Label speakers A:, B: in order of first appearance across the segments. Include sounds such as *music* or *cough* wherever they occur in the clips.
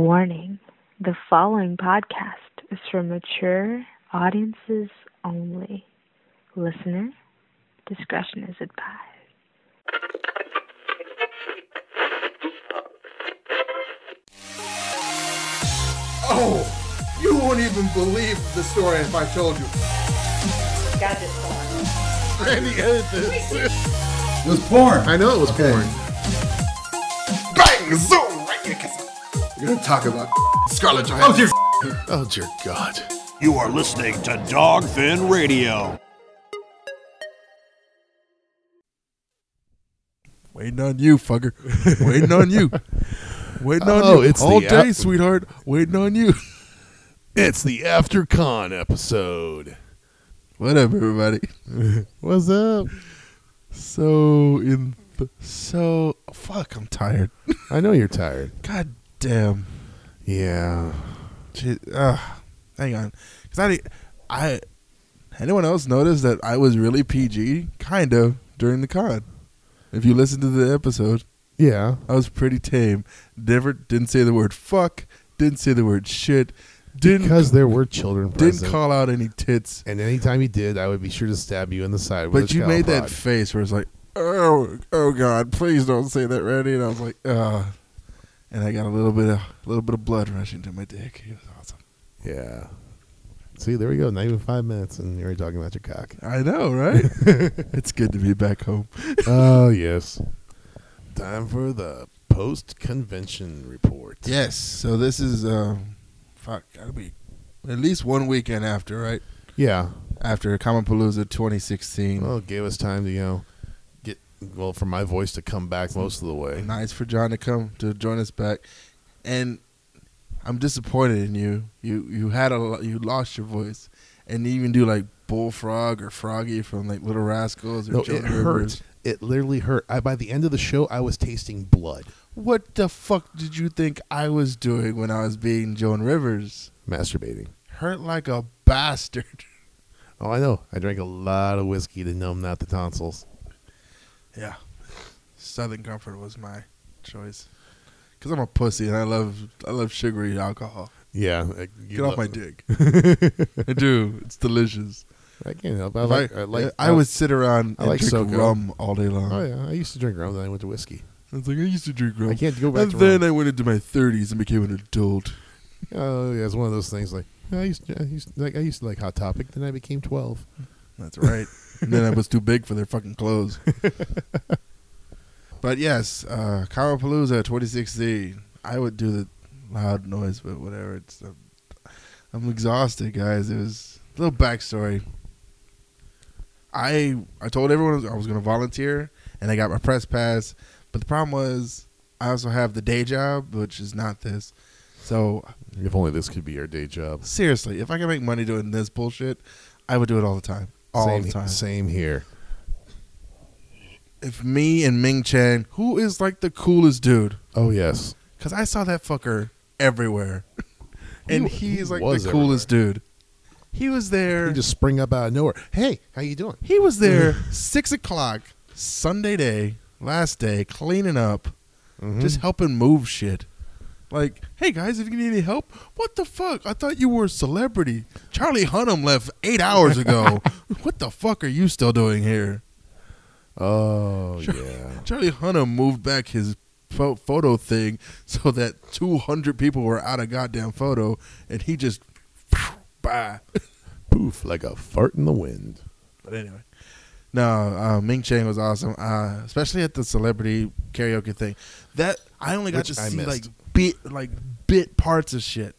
A: Warning the following podcast is for mature audiences only. Listener, discretion is advised.
B: Oh, you won't even believe the story if I told you.
C: Got this one.
B: Randy edited this.
D: It was porn.
B: I know it was
D: Okay.
B: porn. Bang! Zoom! Right in the kiss. We're gonna talk about Scarlett Johansson.
D: Oh, dear.
B: Oh, dear God.
E: You are listening to Dogfin Radio.
F: Waiting on you, fucker. Waiting on you. Waiting on
G: Oh,
F: you.
G: it's
F: All
G: the
F: day,
G: app-
F: sweetheart. Waiting on you.
G: It's the After Con episode.
F: Whatever, everybody.
G: What's up?
F: So in th- so fuck. I'm tired. *laughs*
G: I know you're tired.
F: God damn.
G: Yeah.
F: Shit, uh, hang on, because I didn't- I anyone else notice that I was really PG kind of during the con. If you listen to the episode,
G: Yeah.
F: I was pretty tame. Never didn't say the word fuck. Didn't say the word shit. Didn't
G: Because there were children present.
F: didn't call out any tits.
G: and anytime you did, I would be sure to stab you in the side. With a
F: But you
G: child
F: made
G: prod.
F: that face where it's like, oh, oh God, please don't say that, Randy. And I was like, ah. And I got a little bit of a little bit of blood rushing to my dick. It was awesome.
G: yeah. See, there we go. Not even five minutes, and you're already talking about your cock.
F: I know, right? it's good to be back home.
G: Oh yes. Time for the post-convention report.
F: Yes. So this is, um, fuck, gotta be at least one weekend after, right?
G: Yeah.
F: After Kamapalooza 2016.
G: Well, it gave us time to you know get well for my voice to come back most of the way.
F: Nice for John to come to join us back, and I'm disappointed in you. You you had a lo- you lost your voice, and you even do like bullfrog or froggy from like Little Rascals or
G: No,
F: Joan
G: it
F: Rivers.
G: hurt. It literally hurt. I by the end of the show, I was tasting blood.
F: What the fuck did you think I was doing when I was being Joan Rivers?
G: Masturbating.
F: Hurt like a bastard. *laughs*
G: Oh, I know. I drank a lot of whiskey to numb out the tonsils.
F: Yeah, Southern Comfort was my choice. Cause I'm a pussy and I love I love sugary alcohol.
G: Yeah.
F: Get off my
G: *laughs*
F: dick. I do. It's delicious.
G: I can't help. it. I
F: If
G: like. I, like.
F: I would sit around
G: I
F: and
G: like
F: drink
G: Soco.
F: rum all day long.
G: Oh yeah. I used to drink rum, then I went to whiskey.
F: It's like I used to drink rum.
G: I can't go back
F: and
G: to
F: then
G: rum.
F: I went into my 30s and became an adult.
G: Oh yeah, it's one of those things like I used. To, I used like I used to like Hot Topic. Then I became twelve.
F: That's right. and then I was too big for their fucking clothes. but yes, uh, Kawapalooza 2016. I would do the loud noise, but whatever. It's I'm, I'm exhausted, guys. It was a little backstory. I I told everyone I was going to volunteer, and I got my press pass. But the problem was, I also have the day job, which is not this. So
G: If only this could be our day job.
F: seriously, if I could make money doing this bullshit, I would do it all the time. All
G: same,
F: the time.
G: Same here.
F: If me and Ming Chen, who is like the coolest dude,
G: Oh yes.
F: because I saw that fucker everywhere, *laughs* and
G: He-
F: he, is
G: he
F: like
G: was
F: the coolest dude. He was there.
G: You
F: He,
G: just spring up out of nowhere. Hey, how you doing?
F: was
G: *laughs*
F: there six o'clock Sunday day, last day, cleaning up,
G: Mm-hmm.
F: just helping move shit. Like, hey guys, if you need any help, what the fuck? I thought you were a celebrity. Charlie Hunnam left eight hours
G: *laughs*
F: ago. what the fuck are you still doing here?
G: Oh yeah.
F: Charlie Hunnam moved back his pho- photo thing so that 200 people were out of goddamn photo, and he just *laughs* bye.
G: Poof, like a fart in the wind.
F: But anyway, no, uh, Ming Chang was awesome, uh, especially at the celebrity karaoke thing. That I only got
G: Which
F: to
G: I
F: see
G: missed.
F: like bit like bit parts of shit.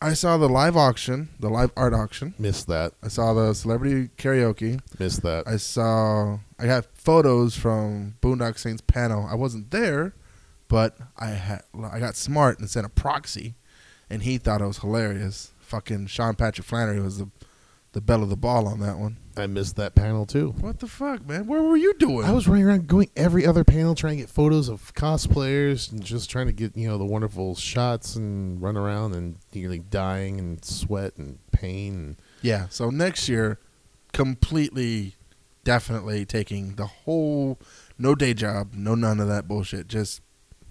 F: I saw the live auction, the live art auction.
G: Missed that.
F: I saw the celebrity karaoke.
G: Missed that.
F: I saw I got photos from Boondock Saints panel. I wasn't there, but I had I got smart and sent a proxy, and he thought it was hilarious. Fucking Sean Patrick Flannery was the the bell of the ball on that one.
G: I missed that panel too.
F: What the fuck, man? Where were you doing?
G: I was running around going every other panel trying to get photos of cosplayers and just trying to get, you know, the wonderful shots and run around and nearly dying and sweat and pain. And
F: yeah. So next year, completely, definitely taking the whole no day job, no none of that bullshit. Just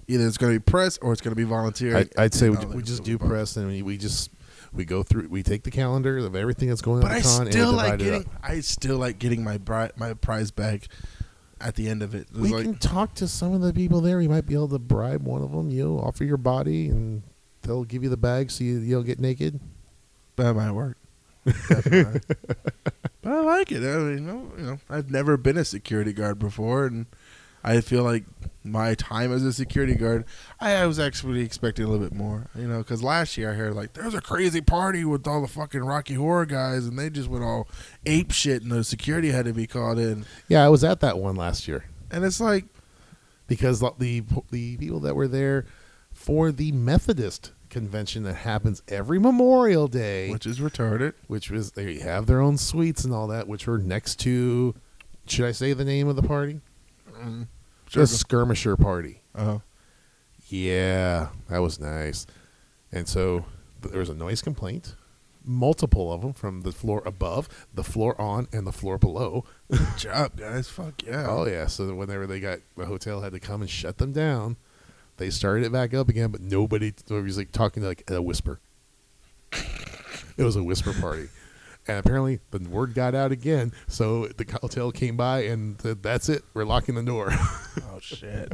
F: Either it's going to be press or it's going to be volunteer.
G: I, I'd say we,
F: No,
G: we
F: that's
G: just
F: what
G: do
F: bought.
G: press and we, we just we go through we take the calendar of everything that's going on.
F: But
G: at
F: I
G: the con and
F: still
G: we
F: like
G: divide it up.
F: getting. I still like getting my bri- my prize bag at the end of it. It's
G: We
F: like,
G: can talk to some of the people there. You might be able to bribe one of them. You know, offer your body and they'll give you the bag so you, you'll get naked.
F: That might
G: *laughs*
F: work. Definitely. but I like it. I mean, you know, I've never been a security guard before, and I feel like my time as a security guard, I, I was actually expecting a little bit more. You know, because last year I heard like there's a crazy party with all the fucking Rocky Horror guys, and they just went all ape shit, and the security had to be called in.
G: Yeah, I was at that one last year
F: And it's like,
G: because the the, the people that were there for the Methodist convention that happens every Memorial Day,
F: which is retarded.
G: which was they have their own suites and all that, which were next to. Should I say the name of the party?
F: Mm-hmm. Sure.
G: The skirmisher party.
F: Uh,
G: Yeah, that was nice. And so th- there was a noise complaint, multiple of them from the floor above, the floor on, and the floor below.
F: good job, guys. Fuck yeah.
G: Oh yeah, so whenever they got the hotel had to come and shut them down, they started it back up again, but nobody nobody was like talking like a whisper. it was a whisper party. And apparently the word got out again, so the hotel came by and said, "That's it, we're locking the door." *laughs*
F: oh shit.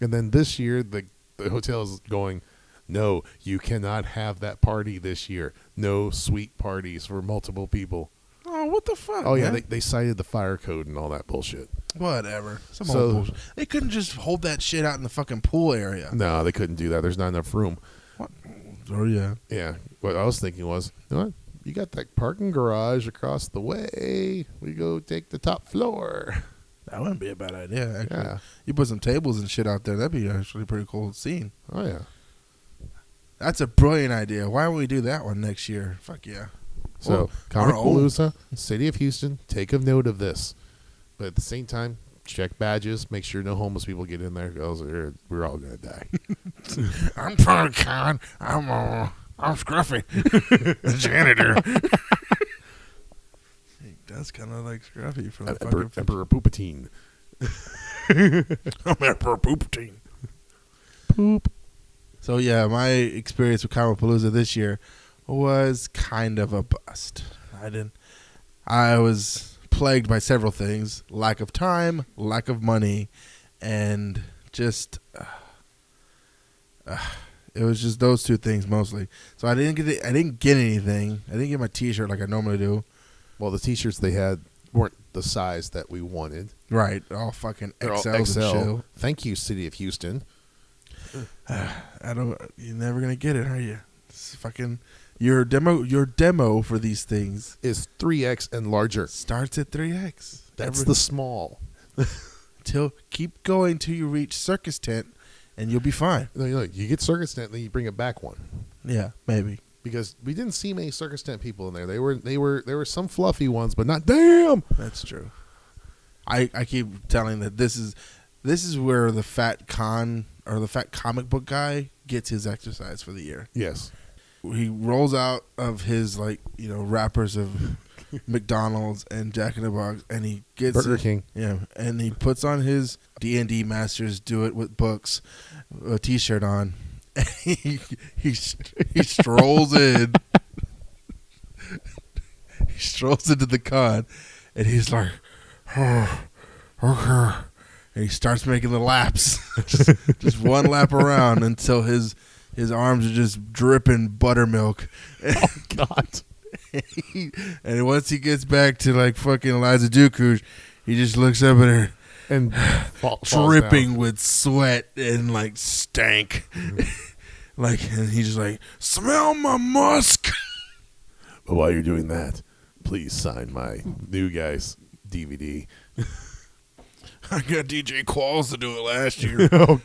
G: And then this year, the, the hotel is going, no, you cannot have that party this year. No sweet parties for multiple people.
F: oh, what the fuck?
G: Oh, yeah,
F: man?
G: they, they cited the fire code and all that bullshit.
F: Whatever. Some
G: So-
F: old bullshit. They couldn't just hold that shit out in the fucking pool area.
G: No, they couldn't do that. There's not enough room.
F: Oh yeah.
G: Yeah. What I was thinking was, you, know what? you got that parking garage across the way. We go take the top
F: *laughs*
G: floor.
F: That wouldn't be a bad idea. Actually,
G: Yeah.
F: you put some tables and shit out there. That'd be actually a pretty cool scene.
G: Oh, yeah.
F: That's a brilliant idea. Why don't we do that one next year? Fuck
G: *laughs*
F: yeah.
G: So,
F: Well, our
G: Comic Palooza, City of Houston, take of note of this. But at the same time, check badges, make sure no homeless people get in there because we're, we're all going to
F: *laughs*
G: die.
F: I'm Con. I'm uh, I'm Scruffy, *laughs* the
G: *laughs*
F: janitor. He does kind of like Scruffy from the
G: Emperor,
F: fucking
G: Emperor Poopatine.
F: I'm Emperor Poop Team.
G: Poop.
F: So yeah, my experience with Palooza this year was kind of a bust. I didn't. I was plagued by several things: lack of time, lack of money, and just uh, uh, it was just those two things mostly. So I didn't get it, I didn't get anything. I didn't get my T-shirt like I normally do.
G: Well, the T-shirts they had weren't the size that we wanted.
F: Right, all fucking
G: They're all
F: XLs and
G: XL.
F: shit.
G: Thank you, City of Houston.
F: I don't. You're never gonna get it, are you? It's fucking your demo. Your demo for these things
G: Is three X and larger.
F: starts at 3x.
G: That's the small.
F: till keep going till you reach circus tent and you'll be fine.
G: No, no, you get circus tent, then you bring it back one
F: Yeah, maybe.
G: because we didn't see many circus tent people in there. They were, they were, there were some fluffy ones, but not damn.
F: That's true. I I keep telling that this is this is where the fat con or the fat comic book guy gets his exercise for the year.
G: Yes.
F: He rolls out of his like, you know, wrappers
G: *laughs*
F: of McDonald's and Jack in the Box and he gets
G: Burger
F: it-
G: King.
F: Yeah, and he puts on his D and D Masters Do It with Books uh, T-shirt on. *laughs* And he he st- he strolls in. *laughs* he strolls into the con, and he's like, oh, okay. and he starts making the laps, *laughs* just, just one lap around until his his arms are just dripping buttermilk. *laughs*
G: God.
F: and once he gets back to like fucking Eliza Dukush, he just looks up at her
G: And fall, falls
F: dripping
G: down.
F: with sweat and like stank.
G: Mm-hmm.
F: *laughs* like and he's just like, smell my musk.
G: *laughs* But while you're doing that, please sign my new guys DVD.
F: *laughs* I got DJ Qualls to do it last
G: *laughs*
F: year.
G: oh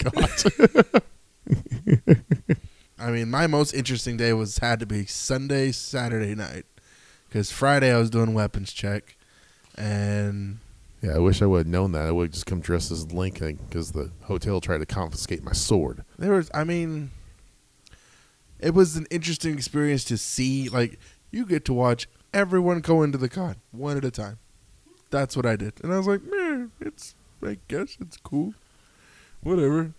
G: God.
F: I mean, my most interesting day was had to be Sunday, Saturday night, because Friday I was doing weapons check, and
G: Yeah, I wish I would have known that. I would have just come dressed as Link because the hotel tried to confiscate my sword.
F: there was i mean it was an interesting experience to see like you get to watch everyone go into the con one at a time that's what i did and i was like man it's i guess it's cool whatever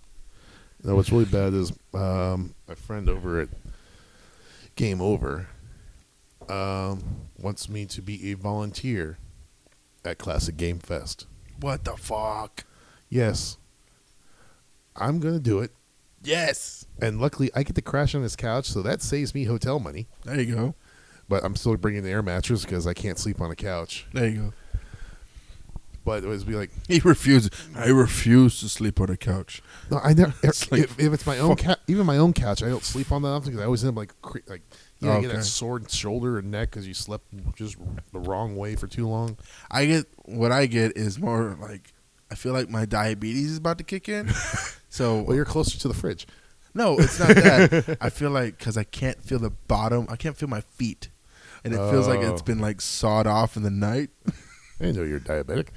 G: No, what's really bad is um, my friend over at Game Over um, wants me to be a volunteer at Classic Game Fest.
F: What the fuck?
G: Yes, I'm gonna do it.
F: Yes.
G: And luckily, I get to crash on his couch, so that saves me hotel money.
F: There you go.
G: But I'm still bringing the air mattress because I can't sleep on a couch.
F: There you go.
G: But it would be like,
F: He refused. I refuse to sleep on a couch.
G: no, I never.
F: It's like,
G: if, if it's my own, ca- even my own couch, I don't sleep on that often because I always end up like, cre- like, you know, you get
F: Okay.
G: that sore shoulder and neck because you slept just the wrong way for too long.
F: I get what I get is more like I feel like my diabetes is about to kick in. So
G: Well, you're closer to the fridge.
F: no, it's not that. *laughs* I feel like because I can't feel the bottom. I can't feel my feet, and it feels like
G: Oh.
F: it's been like sawed off in the night.
G: I didn't know you're diabetic.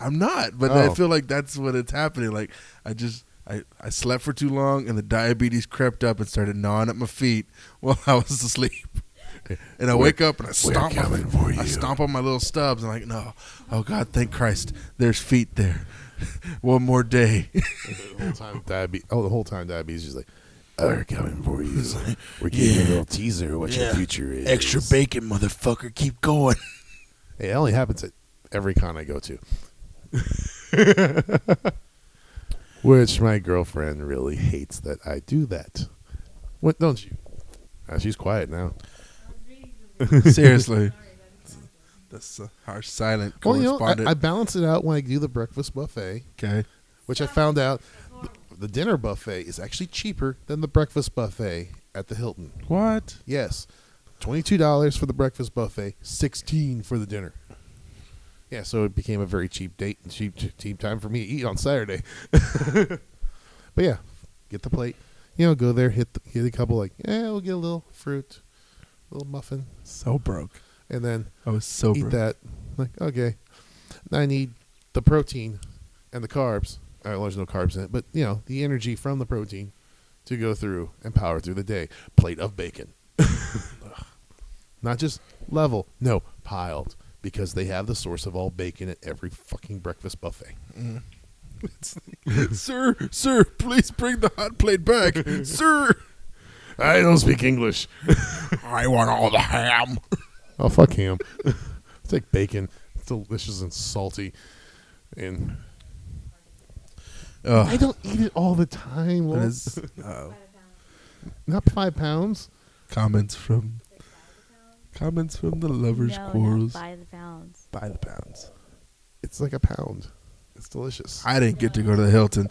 F: I'm not, but
G: Oh.
F: I feel like that's what it's happening. Like I just I, I slept for too long, and the diabetes crept up and started gnawing at my feet while I was asleep. And I wake up and I stomp on
G: coming
F: I
G: for you.
F: stomp on my little stubs. I'm like, no, oh God, thank Christ, there's feet there. *laughs* One more day.
G: The whole time diabetes. Oh, the whole time diabetes is like, "Oh, "We're coming for you. We're giving you a little teaser of what your future is."
F: Extra bacon, motherfucker. Keep going.
G: Hey, It only happens at every con I go *laughs* to. Which my girlfriend really hates that I do that. What don't you? Uh, she's quiet now.
F: *laughs* Seriously. That's uh, our silent
G: Well, you know,
F: correspondent.
G: I, I balance it out when I do the breakfast buffet,
F: okay.
G: which I found out th- the dinner buffet is actually cheaper than the breakfast buffet at the Hilton.
F: What?
G: Yes. Twenty-two dollars for the breakfast buffet, sixteen for the dinner. Yeah, so it became a very cheap date and cheap cheap time for me to eat on Saturday. *laughs* but yeah, get the plate. You know, go there, hit the, hit a couple like, yeah, we'll get a little fruit, a little muffin,
F: So broke.
G: and then
F: I was so
G: eat
F: broke.
G: that. Like, okay, Now I need the protein and the carbs. All right, well, there's no carbs in it, but you know, the energy from the protein to go through and power through the day. Plate of bacon, *laughs* not just level, no piled, because they have the source of all bacon at every fucking breakfast buffet.
F: *laughs* sir, sir, please bring the hot plate *laughs* back. sir.
G: I don't speak English. *laughs*
F: I want all the ham.
G: Oh fuck him. *laughs* it's like bacon, it's delicious and salty, and I
F: Ugh.
G: don't eat it all the time.
F: That
G: Lord.
F: is, uh,
G: *laughs* Not five pounds.
F: comments from comments from the lovers
H: no,
F: quarrels
H: Not by the pounds.
F: by the pounds.
G: It's like a pound. It's delicious.
F: I didn't get to go to the Hilton.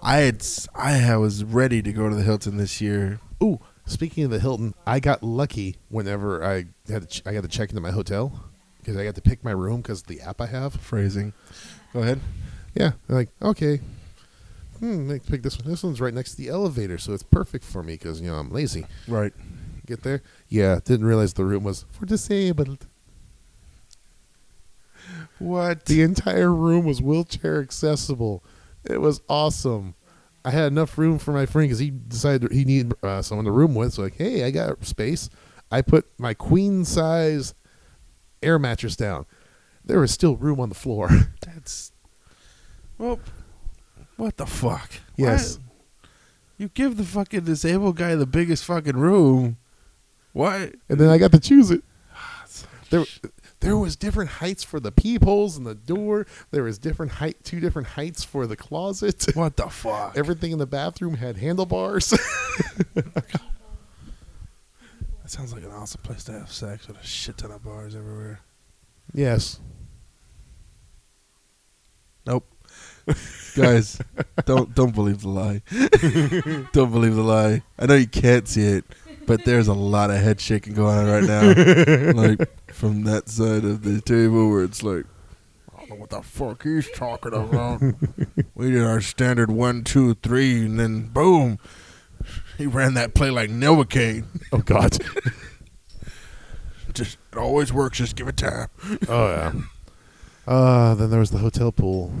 F: I had s- I had- was ready to go to the Hilton this year.
G: Ooh, speaking of the Hilton, I got lucky whenever I had to ch- I got to check into my hotel because I got to pick my room because the app I have.
F: Phrasing. Go ahead.
G: Yeah, I'm like okay, hmm, let's pick this one. This one's right next to the elevator, so it's perfect for me because you know I'm lazy.
F: Right.
G: Get there. Yeah, didn't realize the room was for disabled.
F: What?
G: The entire room was wheelchair accessible. It was awesome. I had enough room for my friend because he decided he needed uh, someone to room with. So like, hey, I got space. I put my queen size air mattress down. There was still room on the floor. *laughs*
F: That's well. What the fuck?
G: Yes.
F: Why- you give the fucking disabled guy the biggest fucking room. What?
G: and then I got to choose *sighs* it. There, there was different heights for the peepholes and the door. There was different height, two different heights for the *laughs* closet.
F: What the fuck?
G: Everything in the bathroom had handlebars. *laughs*
F: that sounds like an awesome place to have sex with a shit ton of bars everywhere.
G: yes,
F: Nope. *laughs* Guys, don't don't believe the *laughs* lie. don't believe the lie. I know you can't see it, but there's a lot of head shaking going on right now. like from that side of the table where it's like I don't know what the fuck he's talking *laughs* about. we did our standard one, two, three, and then boom. He ran that play like Novocaine. *laughs*
G: Oh God!
F: Just it always works, just give it time.
G: *laughs* oh yeah. Uh, then there was the hotel pool.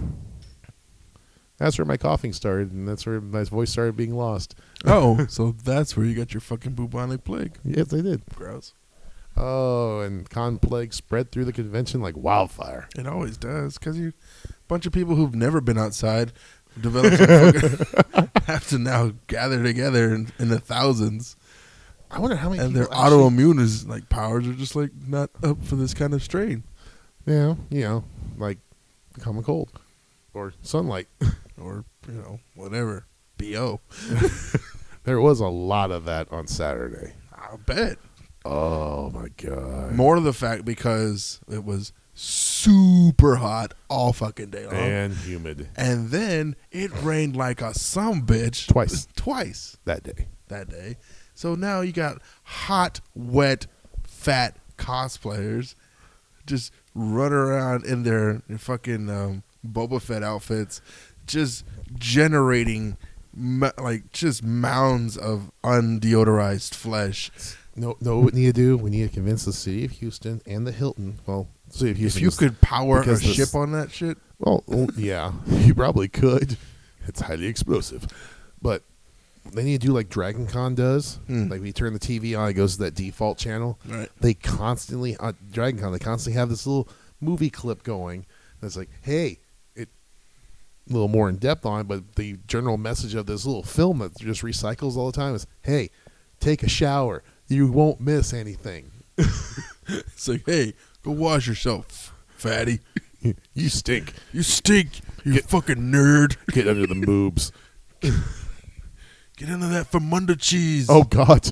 G: That's where my coughing started, and that's where my voice started being lost.
F: Oh, so that's where you got your fucking bubonic plague.
G: Yes, I did.
F: Gross.
G: Oh, and con plague spread through the convention like wildfire.
F: It always does because you bunch of people who've never been outside develop some
G: *laughs*
F: fucking- have to now gather together in, in the thousands,
G: I wonder how many
F: and
G: people
F: their
G: actually-
F: autoimmune is like powers are just like not up for this kind of strain
G: Yeah, you know, like common cold or sunlight. *laughs*
F: or you know whatever. Bo,
G: there was a lot of that on Saturday.
F: I bet
G: Oh my god!
F: *laughs* more of the fact because it was super hot all fucking day long.
G: and humid
F: And then it rained like a some bitch
G: Twice.
F: *laughs* twice
G: that day.
F: that day. So now you got hot, wet, fat cosplayers just running around in their, their fucking um, Boba Fett outfits, just generating ma- like just mounds of undeodorized flesh.
G: No, no. What we need to do? We need to convince the city of Houston and the Hilton. Well, city of Houston.
F: If you
G: is-
F: could power a
G: because this-
F: ship on that shit, *laughs*
G: Well, well, yeah, you probably could. It's highly explosive, but they need to do like Dragon Con does.
F: Hmm.
G: Like we turn the TV on, it goes to that default channel.
F: Right.
G: They constantly on Dragon Con, they constantly have this little movie clip going. That's like, hey, it a little more in depth on, it, but the general message of this little film that just recycles all the time is, hey, take a shower. You won't miss anything. *laughs*
F: it's like, hey, go wash yourself, fatty.
G: You stink.
F: You stink, you fucking nerd.
G: Get under the *laughs* boobs.
F: Get into that Famunda cheese.
G: Oh God.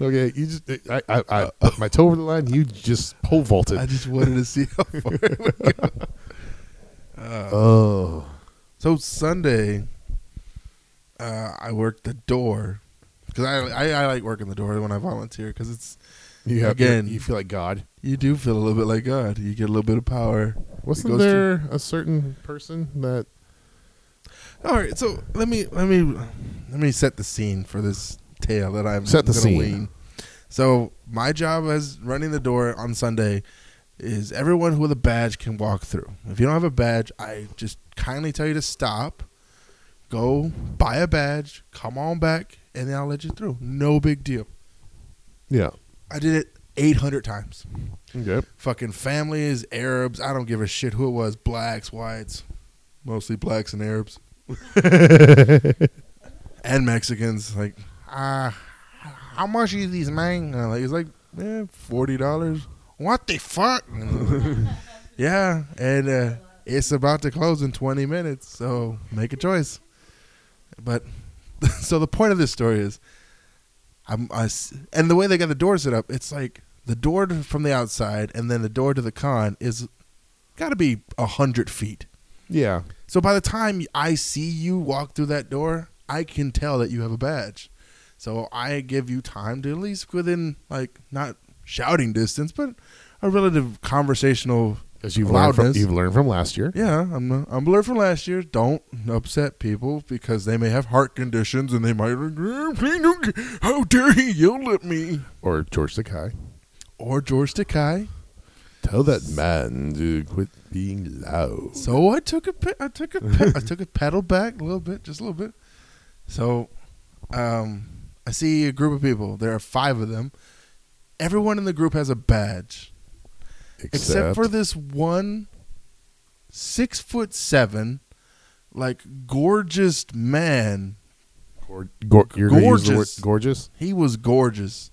G: Okay, you just I I, I put my toe over the line. You just pole vaulted.
F: I just wanted to see how far it would go.
G: oh,
F: So Sunday, uh, I worked the door because I, I I like working the door when I volunteer because it's
G: you have
F: Again.
G: You feel like God.
F: you do feel a little bit like God. You get a little bit of power.
G: Wasn't
F: goes to-
G: there a certain person that?
F: All right, so let me let me let me set the scene for this tale that I'm
G: Set the
F: gonna
G: scene.
F: wean. So my job as running the door on Sunday is everyone with a badge can walk through. If you don't have a badge, I just kindly tell you to stop, go buy a badge, come on back, and then I'll let you through. No big deal.
G: Yeah.
F: I did it 800 times.
G: Okay.
F: Fucking families, Arabs, I don't give a shit who it was, blacks, whites, mostly blacks and Arabs. and Mexicans. Like, ah, how much is these, man? And I'm like, he's like, eh, forty dollars. What the fuck? *laughs* yeah, and uh, it's about to close in twenty minutes, so make a choice. But *laughs* so the point of this story is, I'm I s and the way they got the door set up, it's like the door to, from the outside and then the door to the con is got to be a hundred feet.
G: *laughs* Yeah.
F: So by the time I see you walk through that door, I can tell that you have a badge. So I give you time to at least within like not shouting distance, but a relative conversational.
G: Because you've learned from,
F: Loudness.
G: you've learned from last year.
F: Yeah, I'm I'm blurred from last year. Don't upset people because they may have heart conditions and they might. How dare he yell at me?
G: Or George Takai.
F: Or George Takai.
G: Tell that man to quit being loud.
F: So I took a pe- I took a pe- I took a pedal back a little bit, just a little bit. So, um, I see a group of people. There are five of them. Everyone in the group has a badge,
G: Except,
F: except, for this one six foot seven, like gorgeous man.
G: gor- gor- you're gonna use the word
F: Gorgeous.
G: gorgeous.
F: He was gorgeous.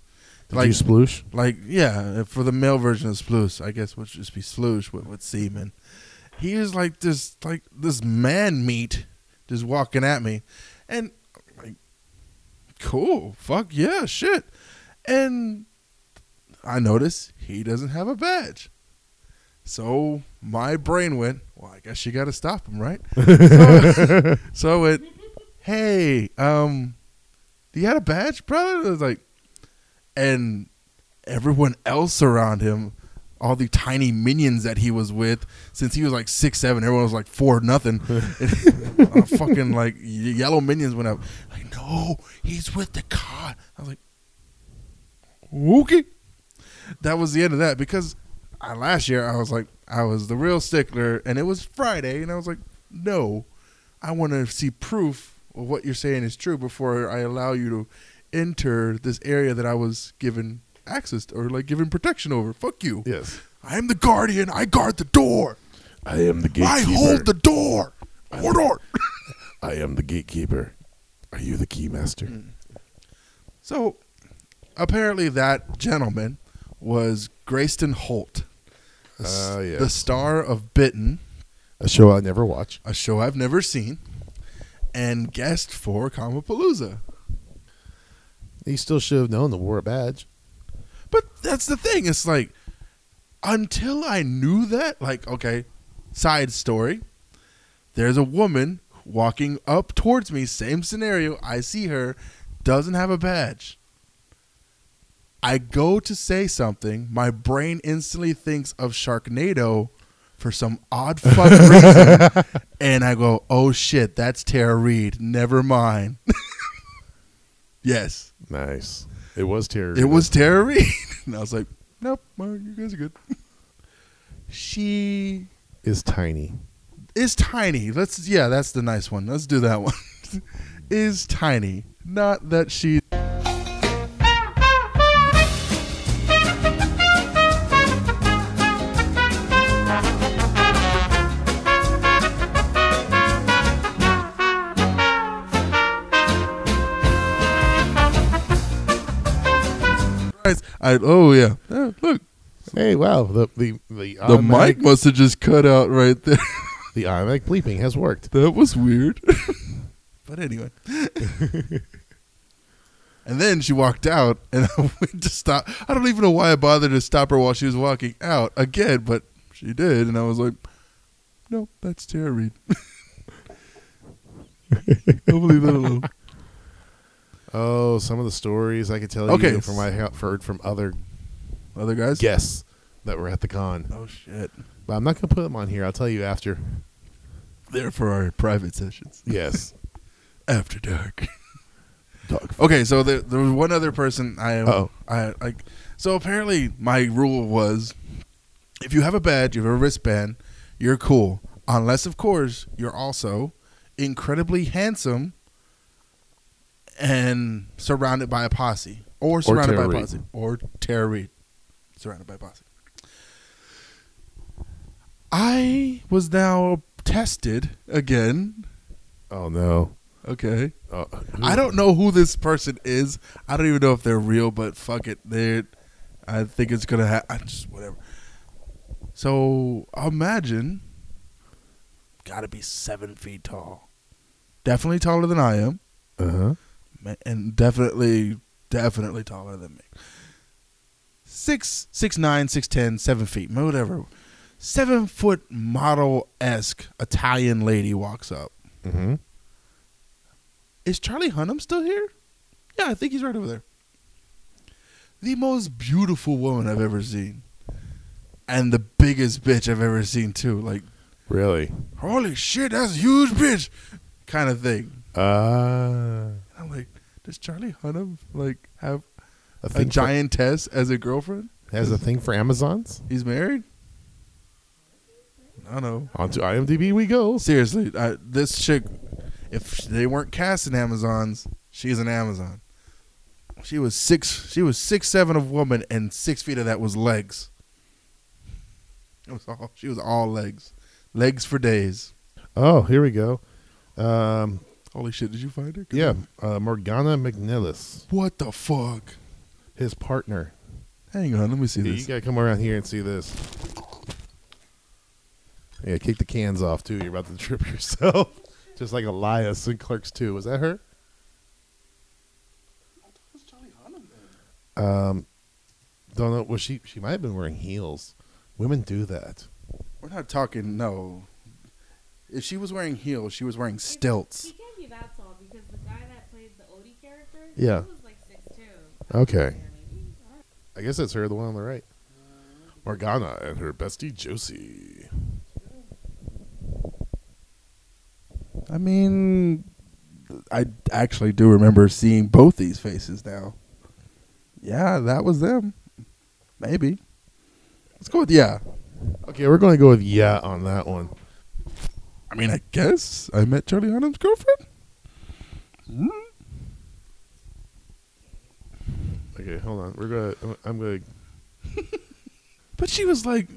G: Did
F: Like-
G: you sploosh?
F: Like, yeah, uh, for the male version of Sploosh, I guess would just be Sloosh with, with semen. He is like this, like this man meat just walking at me, and I'm like, cool, fuck yeah, shit. And I notice he doesn't have a badge, so my brain went, well, I guess you got to stop him, right? so, so I went, hey, um, do you had a badge, brother? I was like, and everyone else around him, all the tiny minions that he was with, since he was like six seven, everyone was like four nothing. *laughs* And, uh, fucking like y- yellow minions went up. Like no, he's with the god. I was like, okay. That was the end of that because I, last year I was like I was the real stickler, and it was Friday, and I was like, no, I want to see proof of what you're saying is true before I allow you to enter this area that I was given access to, or like given protection over. Fuck you.
G: Yes.
F: I am the guardian. I guard the door.
G: I am the
F: I hold the door. Hold on. *laughs*
G: I am the gatekeeper. Are you the keymaster?
F: So apparently, that gentleman was Grayston Holt, the s-
G: Ah, yes.
F: the star of Bitten,
G: A show I never watch.
F: a show I've never seen, and guest for Comapalooza.
G: He still should have known the war badge.
F: But that's the thing. It's like until I knew that, like, okay, side story. There's a woman walking up towards me, same scenario. I see her, doesn't have a badge. I go to say something, my brain instantly thinks of Sharknado for some odd fuck reason, and I go, "Oh shit, that's Tara Reid. Never mind." *laughs* yes.
G: Nice. It was terror.
F: It was Tara Reid. *laughs* And I was like, nope, well, you guys are good. She
G: is tiny.
F: is tiny. Let's, yeah, that's the nice one. Let's do that one. *laughs* is tiny. Not that she. I, oh yeah, Yeah, look
G: Hey, wow. The the the,
F: the
G: automatic-
F: mic must have just cut out right there.
G: the automatic bleeping has worked.
F: That was weird. *laughs* but anyway. and then she walked out, and *laughs* I went to stop. I don't even know why I bothered to stop her while she was walking out again, but she did. And I was like, no, that's Tara Reid. *laughs* I'll leave that alone.
G: Oh, some of the stories I could tell
F: Okay.
G: you from I ha- heard from other
F: Other guys?
G: guests that were at the con.
F: Oh, shit.
G: But I'm not gonna put them on here. I'll tell you after.
F: They're for our private sessions.
G: *laughs* Yes.
F: After dark.
G: Dog.
F: Okay, so there, there was one other person I
G: Uh-oh.
F: I like. So apparently, my rule was, if you have a badge, you have a wristband, you're cool. Unless, of course, you're also incredibly handsome and surrounded by a posse, or surrounded by
G: Tara
F: a
G: Reid.
F: posse, or Tara Reid, surrounded by a posse. I was now tested again.
G: Oh no.
F: Okay.
G: Oh,
F: I don't know who this person is. I don't even know if they're real, but fuck it. They're, I think it's gonna happen. Just whatever. So imagine, gotta be seven feet tall. Definitely taller than I am,
G: Uh huh.
F: ma- and definitely, definitely taller than me. Six, six nine, six ten, seven feet, whatever. Seven foot model esque Italian lady walks up
G: Mm-hmm.
F: is Charlie Hunnam still here? Yeah, I think he's right over there. The most beautiful woman I've ever seen. And the biggest bitch I've ever seen too. Like,
G: Really?
F: holy shit, that's a huge bitch kind of thing.
G: Uh
F: And I'm like, does Charlie Hunnam like have
G: a,
F: a
G: thing for-
F: giantess as a girlfriend?
G: has a thing for Amazons.
F: He's married? I don't know.
G: Onto IMDb we go.
F: Seriously, I, this chick, if they weren't casting Amazons, she's an Amazon. She was six. She was six seven of woman, and six feet of that was legs. It was all. She was all legs, legs for days.
G: Oh, here we go. Um,
F: Holy shit! Did you find her?
G: yeah, uh, Morgana McNillis,
F: What the fuck?
G: his partner.
F: Hang on. Let me see
G: Yeah,
F: this.
G: you gotta come around here and see this. Yeah, kick the cans off too. You're about to *laughs* trip yourself, just like Elias in Clerks Two. Was that her? Um, don't know. Well, she she might have been wearing heels. Women do that.
F: We're not talking. No. If she was wearing heels, she was wearing stilts.
H: He can't be that tall because the guy that played the Odie character,
G: Yeah.
H: he was like six two.
G: Okay. I guess that's her, the one on the right. Morgana and her bestie Josie.
F: I mean, I actually do remember seeing both these faces now. Yeah, that was them. Maybe. Let's go with yeah.
G: Okay, we're going to go with yeah on that one.
F: I mean, I guess I met Charlie Hunnam's girlfriend. Hmm?
G: Okay, hold on. We're gonna. I'm gonna.
F: But she was like,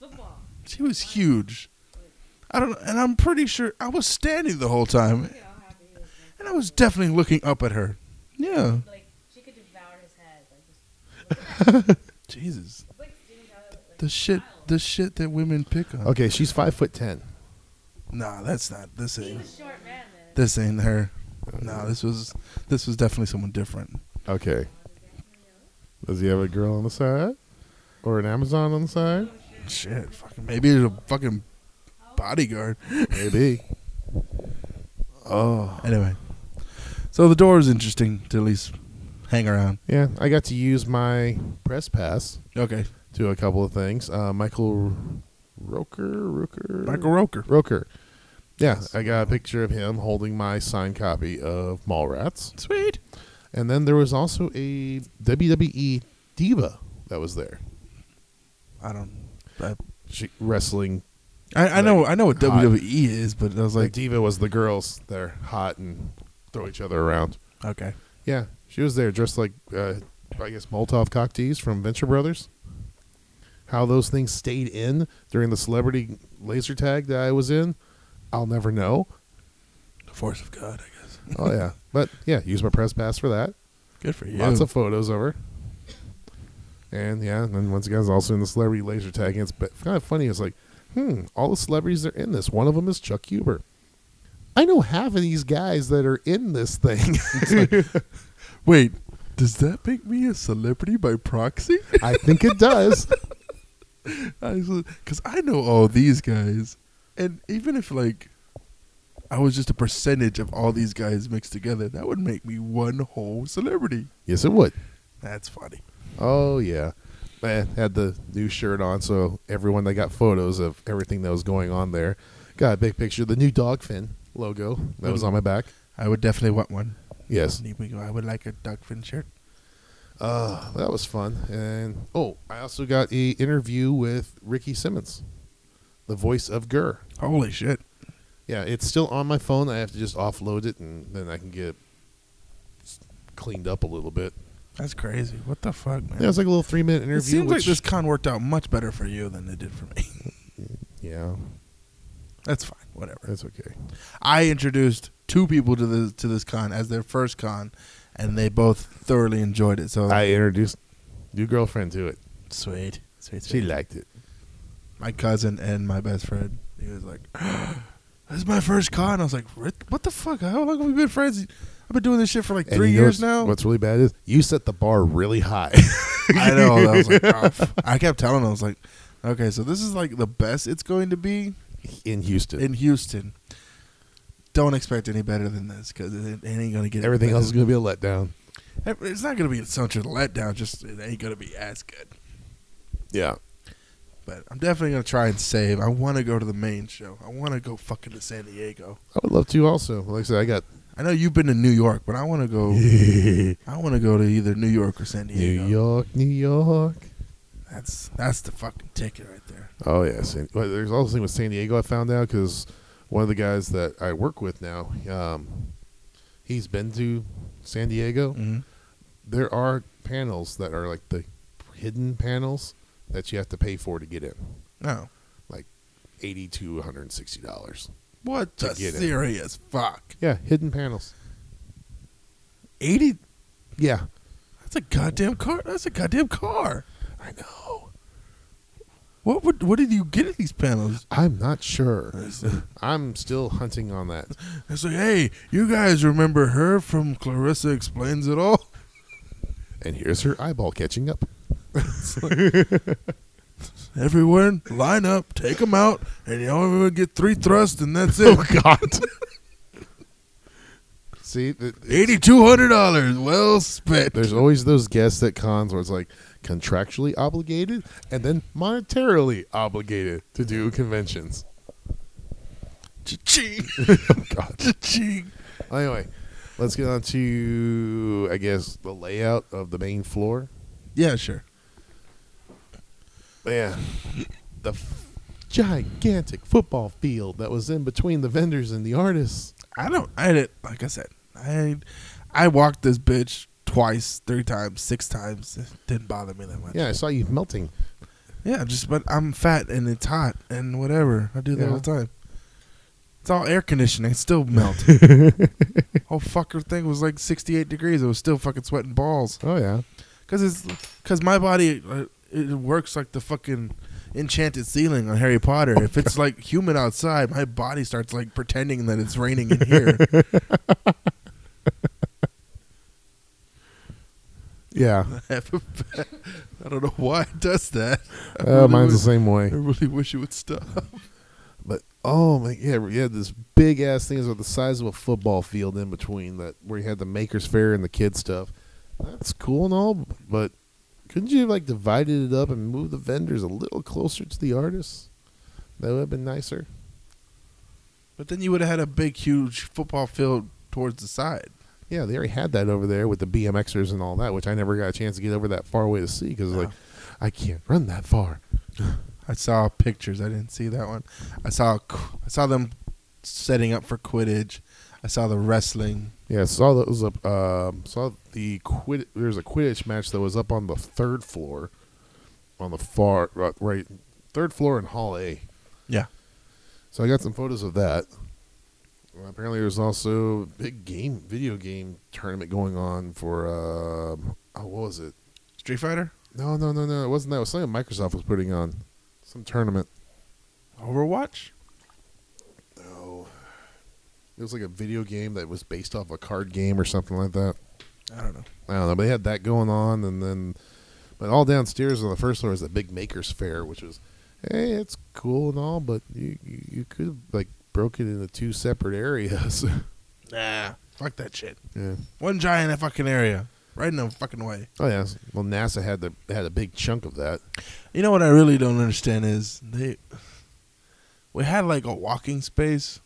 H: Football.
F: she was huge. I don't know. And I'm pretty sure I was standing the whole time. And I was definitely looking up at her. Yeah.
H: Like she could devour his head. Like just
F: Jesus.
H: like Jimmy Fallon, like,
F: The shit the shit that women pick on.
G: Okay, she's five foot ten.
F: Nah, that's not this ain't
H: short man then.
F: this ain't her. No, this was this was definitely someone different.
G: Okay. Does he have a girl on the side, or an Amazon on the side?
F: Shit, fucking maybe it's a fucking bodyguard.
G: Maybe.
F: Oh. Anyway. So the door was interesting to at least hang around.
G: *laughs* Yeah, I got to use my press pass
F: Okay.
G: to a couple of things. Uh, Michael Roker, Roker,
F: Michael Roker.
G: Roker. Yeah, I got a picture of him holding my signed copy of Mallrats.
F: Sweet.
G: And then there was also a WWE diva that was there.
F: I don't I,
G: She wrestling
F: I, I know I know what
G: Hot.
F: WWE is, but I was
G: like
F: like
G: diva was the girls. They're hot and throw each other around.
F: Okay.
G: Yeah, she was there dressed like uh, I guess Molotov cocktails from Venture Brothers. How those things stayed in during the celebrity laser tag that I was in, I'll never know.
F: The force of God, I guess.
G: Oh yeah, but yeah, use my press pass for that.
F: Good for you.
G: Lots of photos of her. And yeah, and then once again, it's also in the celebrity laser tag. And it's but kind of funny. It's like, hmm, all the celebrities are in this. One of them is Chuck Huber. I know half of these guys that are in this thing. *laughs*
F: Wait, does that make me a celebrity by proxy?
G: I think it does.
F: Because I know all these guys, and even if like I was just a percentage of all these guys mixed together, that would make me one whole celebrity.
G: yes, it would.
F: That's funny.
G: Oh yeah, I had the new shirt on, so everyone they got photos of everything that was going on there. Got a big picture, of the new Dogfin logo that was on my back.
F: I would definitely want one.
G: Yes,
F: Need we go? I would like a duckfin shirt.
G: uh, that was fun. And oh, I also got a interview with Ricky Simmons, the voice of Gurr.
F: Holy shit!
G: Yeah, it's still on my phone. I have to just offload it, and then I can get it s- cleaned up a little bit.
F: That's crazy. What the fuck, man?
G: Yeah, it was like a little three minute interview.
F: it seems like
G: which-
F: this con worked out much better for you than it did for me. *laughs*
G: yeah,
F: That's fine. Whatever.
G: that's okay.
F: I introduced two people to this to this con as their first con, and they both thoroughly enjoyed it. So
G: I introduced new girlfriend to it.
F: sweet, sweet,
G: She
F: sweet.
G: liked it.
F: my cousin and my best friend. He was like, *gasps* "This is my first con." I was like, "What what the fuck? How long have we been friends? I've been doing this shit for like
G: And
F: three
G: you know
F: years now." *laughs*
G: what's- What's really bad is you set the bar really high. *laughs*
F: I know. I was like, "Oh, f-" I kept telling him, I was like, "Okay, so this is like the best it's going to be
G: in Houston.
F: in Houston. Don't expect any better than this because it, it ain't gonna get
G: Everything
F: better.
G: else is going to be a letdown.
F: It's not gonna be such a letdown. Just it ain't gonna be as good."
G: Yeah.
F: But I'm definitely gonna try and save. I want to go to the main show. I want to go fucking to San Diego.
G: I would love to also. Like I said, I *laughs* got
F: I know you've been to New York, but I want to go.
G: New
F: I want to go to either New York or San Diego.
G: York, New York.
F: That's that's the fucking ticket right there.
G: Oh, yeah. San, well, there's also thing with San Diego I found out because one of the guys that I work with now, um, he's been to San Diego.
F: Mm-hmm.
G: There are panels that are like the hidden panels that you have to pay for to get in.
F: No,
G: 80 to 160 dollars
F: what
G: To
F: the
G: get it.
F: serious fuck?
G: yeah hidden panels
F: Eighty.
G: yeah
F: That's a goddamn car. That's a goddamn car.
G: i know
F: What would what did you get at these panels?
G: i'm not *laughs* sure
F: It's
G: i'm still hunting on that *laughs*
F: it's like, hey, you guys remember her from Clarissa Explains It All?
G: and here's her eyeball catching up
F: Everyone, line up, take them out, and you only would get three thrusts, and that's
G: *laughs*
F: it.
G: Oh, god see th-
F: Eighty-two hundred dollars, well spent.
G: there's always those guests at cons where it's like contractually obligated and then monetarily obligated to do conventions *laughs* Oh
F: Cha-ching. *laughs*
G: god
F: Cha-ching.
G: anyway let's get on to i guess the layout of the main floor
F: Yeah, sure.
G: Man, the f- gigantic football field that was in between the vendors and the artists.
F: I don't. I did. Like I said, I I walked this bitch twice, three times, six times. It didn't bother me that much.
G: Yeah, I saw you melting.
F: Yeah, Just but I'm fat and it's hot and whatever. I do that
G: Yeah.
F: all the time. It's all air conditioning. It's still melt.
G: *laughs*
F: Whole fucker thing was like 68 degrees. It was still fucking sweating balls.
G: Oh yeah.
F: Cause it's cause my body uh, it works like the fucking enchanted ceiling on Harry Potter. if
G: *laughs*
F: it's like humid outside, my body starts like pretending that it's raining in here.
G: *laughs* Yeah.
F: *laughs* I don't know why it does that. I
G: Uh,
F: really
G: mine's the
F: wish-
G: same way.
F: I really wish it would stop. *laughs*
G: But oh my yeah, we had this big ass thing about the size of a football field in between that where you had the makers fair and the kids stuff. That's cool and all, but couldn't you have like divided it up and moved the vendors a little closer to the artists? That would have been nicer.
F: But then you would have had a big, huge football field towards the side.
G: Yeah, they already had that over there with the BMXers and all that, which I never got a chance to get over that far away to see because like I can't run that far.
F: I saw pictures. I didn't see that one. I saw qu- I saw them setting up for Quidditch. I saw the wrestling.
G: Yeah, saw those up. Um, saw the quid. There's a Quidditch match that was up on the third floor, on the far right, right third floor in Hall A.
F: Yeah.
G: So I got some photos of that. Well, apparently, there's also a big game, video game tournament going on for. Um, oh, what was it?
F: Street Fighter?
G: No, no, no, no. It wasn't that. It was something Microsoft was putting on. Some tournament.
F: Overwatch?
G: No. It was like a video game that was based off a card game or something like that.
F: I don't know.
G: I don't know, but they had that going on, and then, but all downstairs on the first floor is the big makers fair, which was, hey, it's cool and all, but you you, you could have like broke it into two separate areas. *laughs*
F: Nah. Fuck that shit.
G: yeah.
F: One giant fucking area. Right in the fucking way.
G: Oh yeah. Well, NASA had the had a big chunk of that.
F: You know what I really don't understand is they we had like a walking space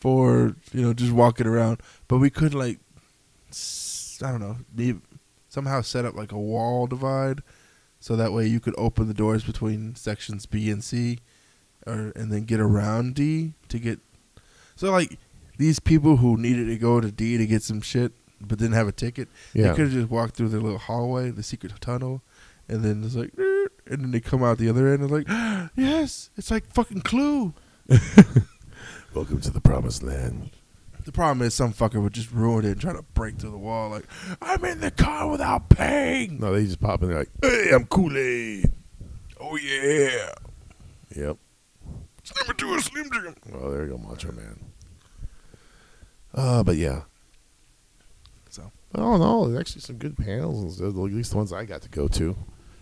F: for you know just walking around, but we could like s- I don't know be, somehow set up like a wall divide so that way you could open the doors between sections B and C, or and then get around D to get so like these people who needed to go to D to get some shit but didn't have a ticket,
G: Yeah.
F: they could have just walked through their little hallway, the secret tunnel, and then it's like, "Er," and then they come out the other end and like, *gasps* yes, it's like fucking Clue.
G: *laughs* Welcome to the promised land.
F: The problem is some fucker would just ruin it and try to break through the wall like, I'm in the car without paying.
G: No, they just pop in there like, hey, I'm Kool Aid.
F: Oh yeah,
G: Yep.
F: Slim to a Slim Jim.
G: Well, Oh, there you go, Macho Man. Uh, but yeah.
F: So
G: But all in all, there's actually some good panels, and stuff, at least the ones I got to go to.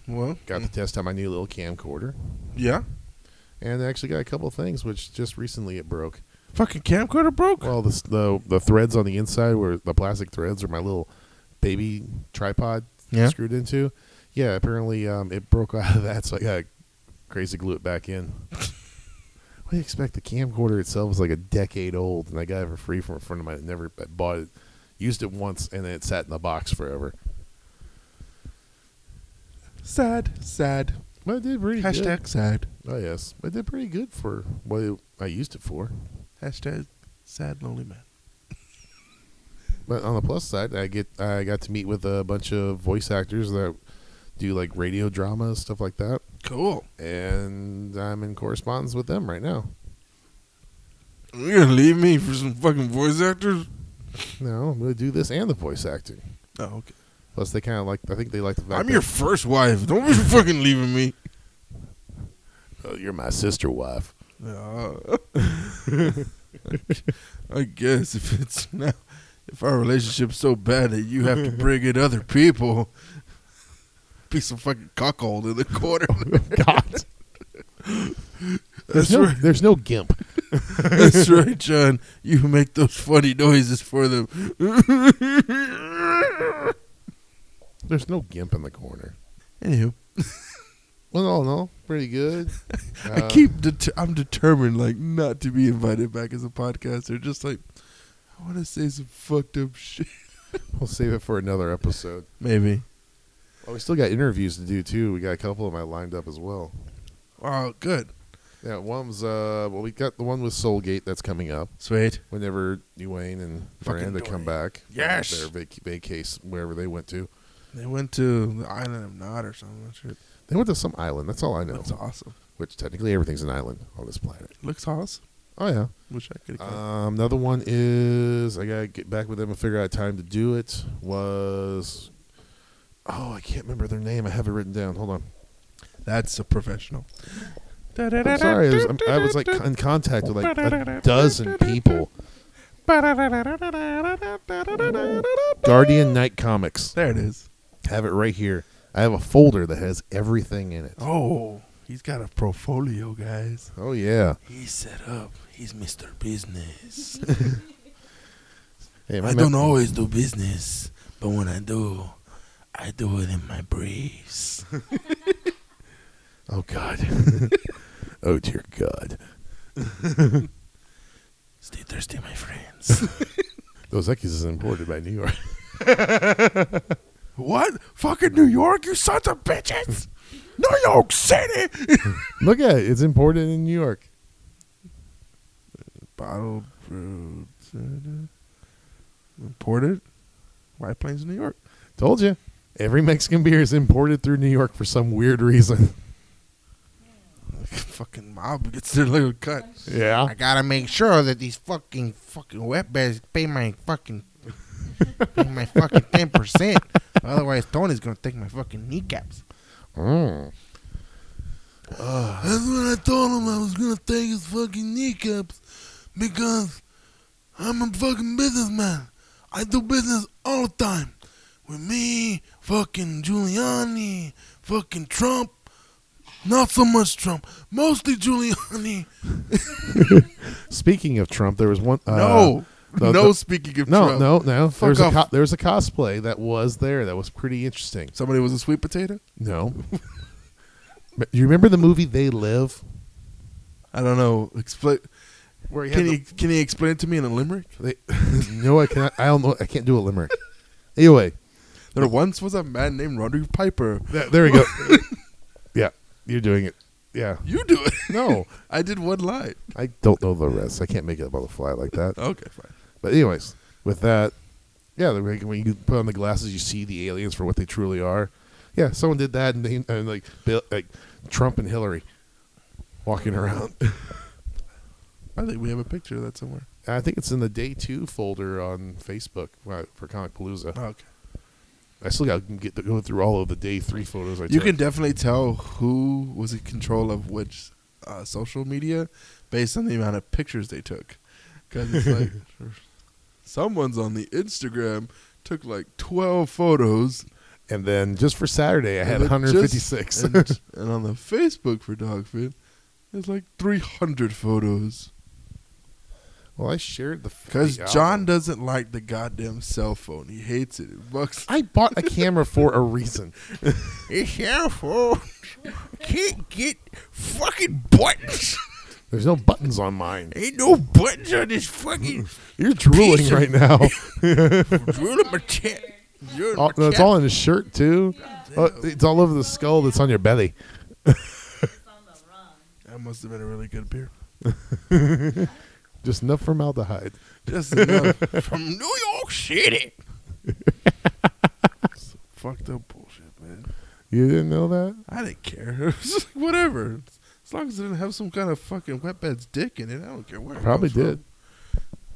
F: well,
G: Got to test out my new little camcorder,
F: yeah,
G: and I actually got a couple things which just recently it broke.
F: fucking camcorder broke.
G: Well, the s- the, the threads on the inside were the plastic threads or my little baby tripod
F: Yeah.
G: screwed into. Yeah, apparently um, it broke *laughs* out of that, so I got crazy glue it
F: *laughs*
G: back in. what do you expect? The camcorder itself is like a decade old, and I got it for free from a friend of mine. that Never I bought it, used it once, and then it sat in the box forever.
F: sad, sad.
G: But it did pretty good.
F: Hashtag sad.
G: Oh yes, but it did pretty good for what it, I used it for.
F: Hashtag sad lonely man.
G: But on the plus side, I get I got to meet with a bunch of voice actors that do like radio drama stuff like that,
F: Cool.
G: and I'm in correspondence with them right now.
F: You gonna leave me for some fucking voice actors?
G: No, I'm gonna do this and the voice acting.
F: Oh, okay.
G: Plus, they kind of like I think they like the fact
F: I'm
G: that-
F: your first wife. Don't be *laughs* fucking leaving me.
G: Oh, you're my sister wife.
F: Uh, *laughs* I guess if it's now, if our relationship's so bad that you have to bring in other people, be some fucking cuckold in the corner.
G: *laughs*
F: *laughs*
G: God,
F: That's
G: no,
F: right.
G: there's no
F: *laughs*
G: gimp.
F: That's right, John. You make those funny noises for them.
G: There's no gimp in the corner.
F: Anywho,
G: Well, all in all, pretty good.
F: *laughs*
G: Uh,
F: I keep. Det- I'm determined, like, not to be invited back as a podcaster. Just like, I want to say some fucked up shit.
G: We'll save it for another episode.
F: Maybe.
G: Oh, we still got interviews to do too. We got a couple of them I lined up as well.
F: Oh, good.
G: Yeah, one's uh well we got the one with Soulgate that's coming up.
F: Sweet.
G: Whenever Dwayne and
F: Fucking
G: Miranda come
F: Dwayne.
G: back.
F: Yes!
G: Their vac- vacase wherever they went to.
F: They went to the island of Nod or something. That shit
G: They went to some island, that's all I know.
F: Looks awesome.
G: Which technically everything's an island on this planet.
F: Looks awesome.
G: Oh yeah.
F: Wish I could. have
G: Um, another one is I gotta get back with them and figure out a time to do it. Was oh I can't remember their name. I have it written down. Hold on.
F: That's a professional.
G: I'm sorry. I was, um, I'm- I was like in contact with like a dozen people. Guardian Night Comics.
F: There it is.
G: Have it right here. I have a folder that has everything in it.
F: Oh, he's got a portfolio, guys.
G: Oh yeah.
F: He's set up. He's Mr.
G: *laughs*
F: Business.
G: Hey, my
F: I
G: me-
F: don't always do business, but when I do, I do it in my
G: *laughs*
F: briefs.
G: Oh god. *laughs* oh dear god.
F: Stay thirsty, my friends.
G: Those Equis is imported by New York.
F: *laughs*
G: *laughs*
F: what? Fucking New York, you sons of
G: *laughs*
F: bitches! New York City!
G: Look at it. It's imported in New York.
F: Bottled brewed. uh, Imported? White Plains, New York. *laughs*
G: Told you. Every Mexican beer is imported through New York for some weird reason.
F: fucking mob gets their little cut.
G: *laughs* Yeah.
F: gotta make sure that these fucking fucking wet beds pay my fucking *laughs* pay my fucking ten percent. Otherwise, Tony's gonna take my fucking kneecaps.
G: Mm.
F: That's what I told him I was gonna take his fucking kneecaps because I'm a fucking businessman. I do business all the time with me, fucking Giuliani, fucking Trump. Not so much Trump, mostly *laughs* Giuliani.
G: Speaking of Trump, there was one. Uh,
F: no,
G: the-
F: no.
G: the-
F: speaking of
G: no,
F: Trump,
G: no, no.
F: Fuck
G: There was, a
F: off.
G: co- there was a cosplay that was there that was pretty interesting.
F: Somebody was a sweet potato?
G: *laughs* No. Do you remember the movie They Live?
F: I don't know. Explain.
G: Where he
F: Can you can you explain it to me in a limerick?
G: the- they- *laughs* no, I cannot. I don't know. I can't do a limerick. Anyway,
F: There once was a man named Roderick Piper.
G: th- there we
F: *laughs*
G: go. yeah, you're doing it. Yeah.
F: You do it.
G: No,
F: *laughs* I did one line.
G: I don't know the rest. I can't make it up on the fly like that.
F: Okay, fine.
G: But anyways, with that, yeah, the- like, when you put on the glasses, you see the aliens for what they truly are. Yeah, someone did that, and, they, and like Bill, like Trump and Hillary walking around. *laughs*
F: I think we have a picture of that somewhere.
G: I think it's in the day two folder on Facebook uh, for Comic Palooza.
F: Oh, Okay.
G: I still got to get to go through all of the day three photos. I
F: You
G: took.
F: can definitely tell who was in control of which uh, social media based on the amount of pictures they took. Because it's *laughs* like someone's on the Instagram took like 12 photos.
G: and then just for Saturday, I had
F: and it just-
G: 156. *laughs*
F: and, and on the Facebook for Dogfin, it's like 300 photos.
G: well, I shared the
F: Because
G: the
F: John
G: album.
F: doesn't like the goddamn cell phone. He hates it. It bucks.
G: I bought a camera for a
F: *laughs*
G: reason.
F: It's cell phone. Can't get fucking *laughs* buttons.
G: There's no buttons on mine.
F: Ain't no buttons on this fucking
G: You're drooling
F: Piece of- *laughs*
G: right now. *laughs*
F: drill in my tit. Drill in
G: All,
F: my
G: no, it's
F: tit.
G: Oh, all in his shirt too. Oh, it's all over the skull that's on your belly.
F: *laughs* That must have been a really good beer.
G: Just enough formaldehyde.
F: Just enough.
G: *laughs*
F: From New York City. Some fucked up bullshit, man.
G: You didn't know that?
F: I didn't care. *laughs* It was just like, whatever. As long as it didn't have some kind of fucking wet bed's dick in it, I don't care where. it
G: Probably
F: comes from.
G: did.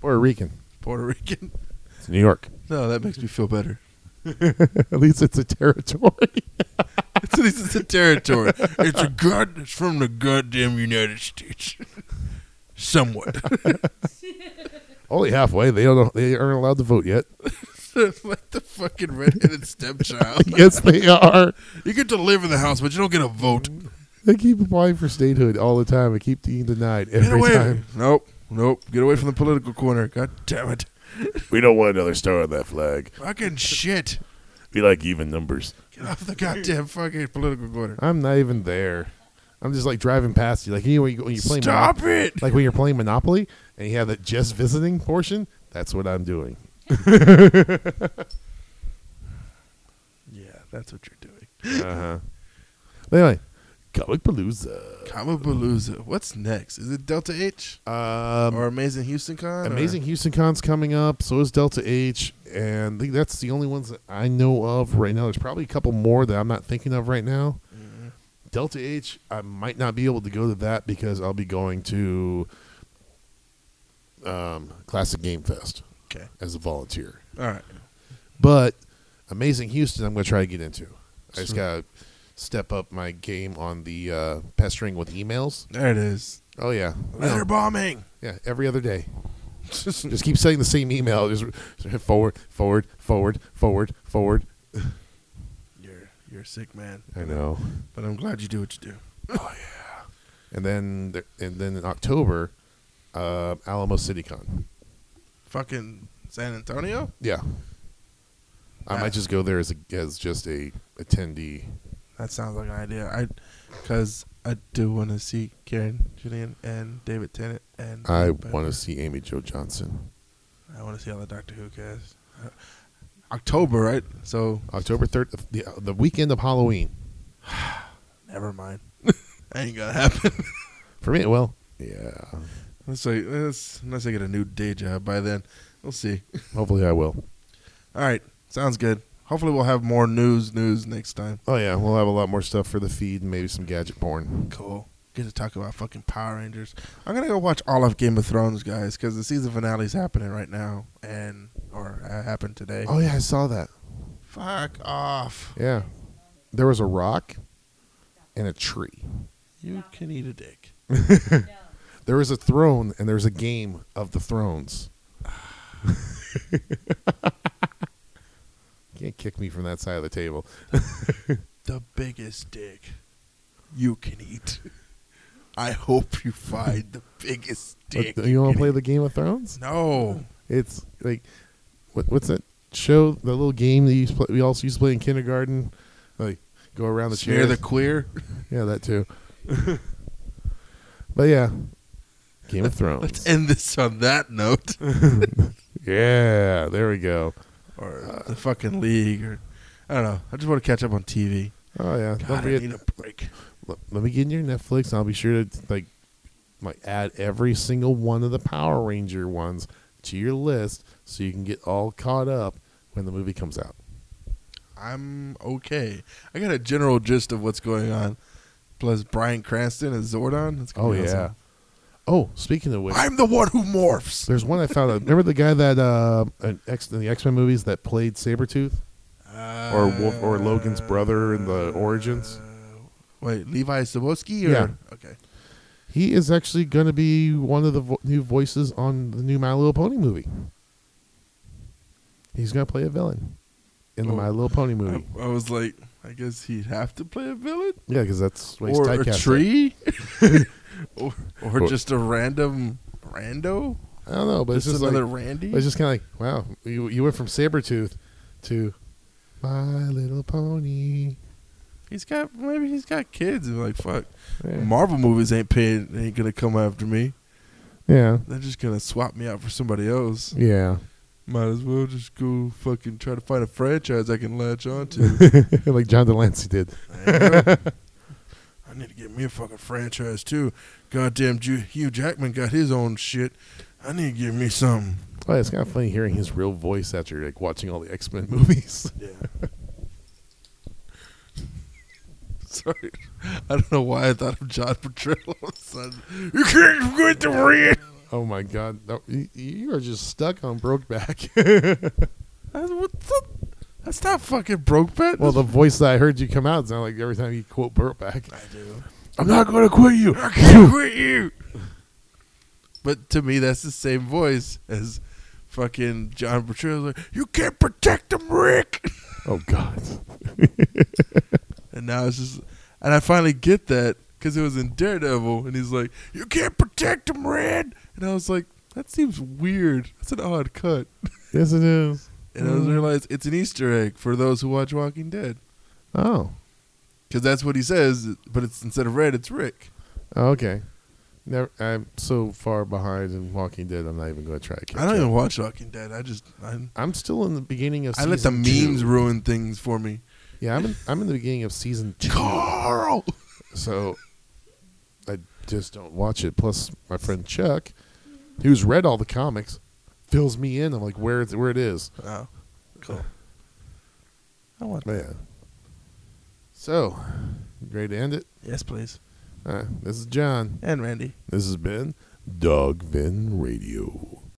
G: Puerto Rican.
F: Puerto Rican.
G: It's New
F: *laughs*
G: York. *laughs*
F: No, that makes me feel better.
G: At least it's a territory.
F: *laughs*
G: *laughs*
F: It's, it's a territory. It's a god. It's from the goddamn United States. *laughs*
G: *laughs*
F: Somewhat. *laughs*
G: Only halfway. They don't. They aren't allowed to vote yet.
F: like the fucking redheaded stepchild.
G: *laughs* yes, they are.
F: You get to live in the house, but you don't get a vote.
G: They keep applying for statehood all the time. I keep being denied
F: Get
G: every
F: away.
G: time.
F: Nope. Nope. Get away from the political corner. God damn it.
G: We don't want another star on that flag.
F: Fucking shit.
G: We like even numbers.
F: Get off the goddamn fucking political corner.
G: I'm not even there. I'm just like driving past you. Like you know, when you- when you're playing
F: Stop it.
G: like when you're playing Monopoly and you have that just visiting portion, that's what I'm doing.
F: Yeah, that's what you're doing.
G: Uh-huh. anyway, Comic Palooza.
F: Kamabaloza. What's next? Is it Delta H
G: Um,
F: or Amazing Houston Con? or-
G: Amazing Houston Con's coming up. So is Delta H. And I think that's the only ones that I know of right now. There's probably a couple more that I'm not thinking of right now. Delta H, I might not be able to go to that because I'll be going to um, Classic Game Fest
F: Okay.
G: as a volunteer.
F: All right.
G: But Amazing Houston, I'm going to try to get into. I just got to step up my game on the uh, pestering with emails.
F: There it is.
G: Oh, yeah.
F: Letter bombing.
G: Yeah, every other day. *laughs* Just keep sending the same email. Just forward, forward, forward, forward, forward.
F: You're you're a sick man,
G: I know.
F: but I'm glad you do what you do.
G: Oh, And then, there- and then in October, uh, Alamo CityCon.
F: Fucking San Antonio.
G: Yeah, I might just go there as a, as just a attendee.
F: That sounds like an idea. I, because I do want to see Karen Julian and David Tennant and
G: I want to see Amy Jo Johnson.
F: I want to see all the Doctor Who cast. Uh, October, right? So
G: October third, the the weekend of Halloween.
F: never mind. *laughs* that ain't gonna happen. *laughs*
G: For me, well, yeah.
F: let's say let's unless I get a new day job by then. We'll see.
G: Hopefully, I will.
F: All right, sounds good. Hopefully, we'll have more news news next time.
G: Oh yeah, we'll have a lot more stuff for the feed and maybe some gadget porn.
F: Cool. Get to talk about fucking Power Rangers. I'm gonna go watch all of Game of Thrones, guys, because the season finale's happening right now, and or uh, happened today.
G: Oh yeah, I saw that.
F: Fuck off.
G: Yeah, there was a rock and a tree.
F: You can eat a dick.
G: There was a throne and there was a game of the thrones. *laughs* Can't kick me from that side of the table.
F: The biggest dick you can eat. *laughs* I hope you find the
G: *laughs*
F: biggest dick.
G: But Uh, you want to
F: can
G: play
F: eat.
G: the Game of Thrones? *laughs*
F: No.
G: It's like, what, what's that show? The little game that you used to play, we also used to play in kindergarten. Like, go around the
F: Smear
G: chair.
F: the
G: *laughs*
F: queer.
G: yeah, that too. but yeah, Game of
F: *laughs*
G: Thrones.
F: Let's end this on that
G: *laughs*
F: note.
G: Uh, yeah, there we go.
F: or the fucking league. Or I don't know. I just want to catch up on TV.
G: Oh yeah,
F: God,
G: don't
F: I
G: forget.
F: need a break.
G: let, let me get in your Netflix. And I'll be sure to like like add every single one of the Power Ranger ones to your list so you can get all caught up when the movie comes out.
F: I'm okay. I got a general gist of what's going on. Plus Brian Cranston as Zordon. That's gonna
G: Oh
F: be awesome.
G: yeah. Oh, speaking of which,
F: I'm the one who morphs.
G: there's one I found. out. Remember the guy that uh, an X in the X Men movies that played Sabretooth? or Wolf, or Logan's brother in the Origins.
F: Wait, Levi Saboski? Or?
G: Yeah.
F: Okay.
G: He is actually going to be one of the vo- new voices on the new My Little Pony movie. He's going to play a villain in the
F: Oh.
G: My Little
F: *laughs*
G: Pony movie.
F: I, I was like, I guess he'd have to play a villain
G: Yeah, because that's what he's
F: or a
G: typecast at. *laughs*
F: tree, or, or
G: Or-
F: just a random rando.
G: I don't know, but it's
F: Just
G: just
F: another
G: like
F: Randy.
G: it's just kind of like wow, you you went from Sabretooth to My Little Pony.
F: he's got maybe he's got kids. And like fuck,
G: Yeah,
F: Marvel movies ain't paying, ain't gonna come after me.
G: yeah,
F: They're just gonna swap me out for somebody else.
G: yeah.
F: Might as well just go fucking try to find a franchise I can latch onto.
G: *laughs* like John Delancey did.
F: I need to get me a fucking franchise too. Goddamn, Ju- Hugh Jackman got his own shit. I need to give me something.
G: Oh, it's kind of funny hearing his real voice after like watching all the X Men *laughs* movies.
F: Yeah. *laughs* Sorry. I don't know why I thought of John Petrell all of a sudden. You can't get the red.
G: oh my God, that, you, you are just stuck on Brokeback. *laughs*
F: That's, what's up? That's not fucking broke bet.
G: well, the voice that I heard you come out sounded like every time you quote Brokeback.
F: I do.
G: I'm not going to quit *laughs* you.
F: I can't quit you. But to me, that's the same voice as fucking John Petrell. Like, you can't protect them, Rick.
G: Oh God. *laughs*
F: And now it's just, and I finally get that because it was in Daredevil, and he's like, "You can't protect him, Red." And I was like, "That seems weird. That's an odd cut."
G: yes, it is.
F: And I was realized it's an Easter egg for those who watch Walking Dead
G: Oh.
F: because that's what he says, but it's instead of Red, it's Rick.
G: Oh, okay. Never, I'm so far behind in Walking Dead. I'm not even going to try. To catch
F: I don't
G: up.
F: even watch Walking Dead. I just I,
G: I'm still in the beginning of.
F: I let the
G: season
F: memes
G: two.
F: ruin things for me.
G: Yeah, I'm in, I'm in the beginning of season two.
F: Carl.
G: So I just don't watch it. Plus, my friend Chuck, who's read all the comics, fills me in. I'm like, where it's where it is.
F: Oh, cool. *laughs* I want
G: But yeah. So, you ready to end it?
F: Yes, please.
G: All right. This is John.
F: And Randy.
G: This has been Dogfin Radio.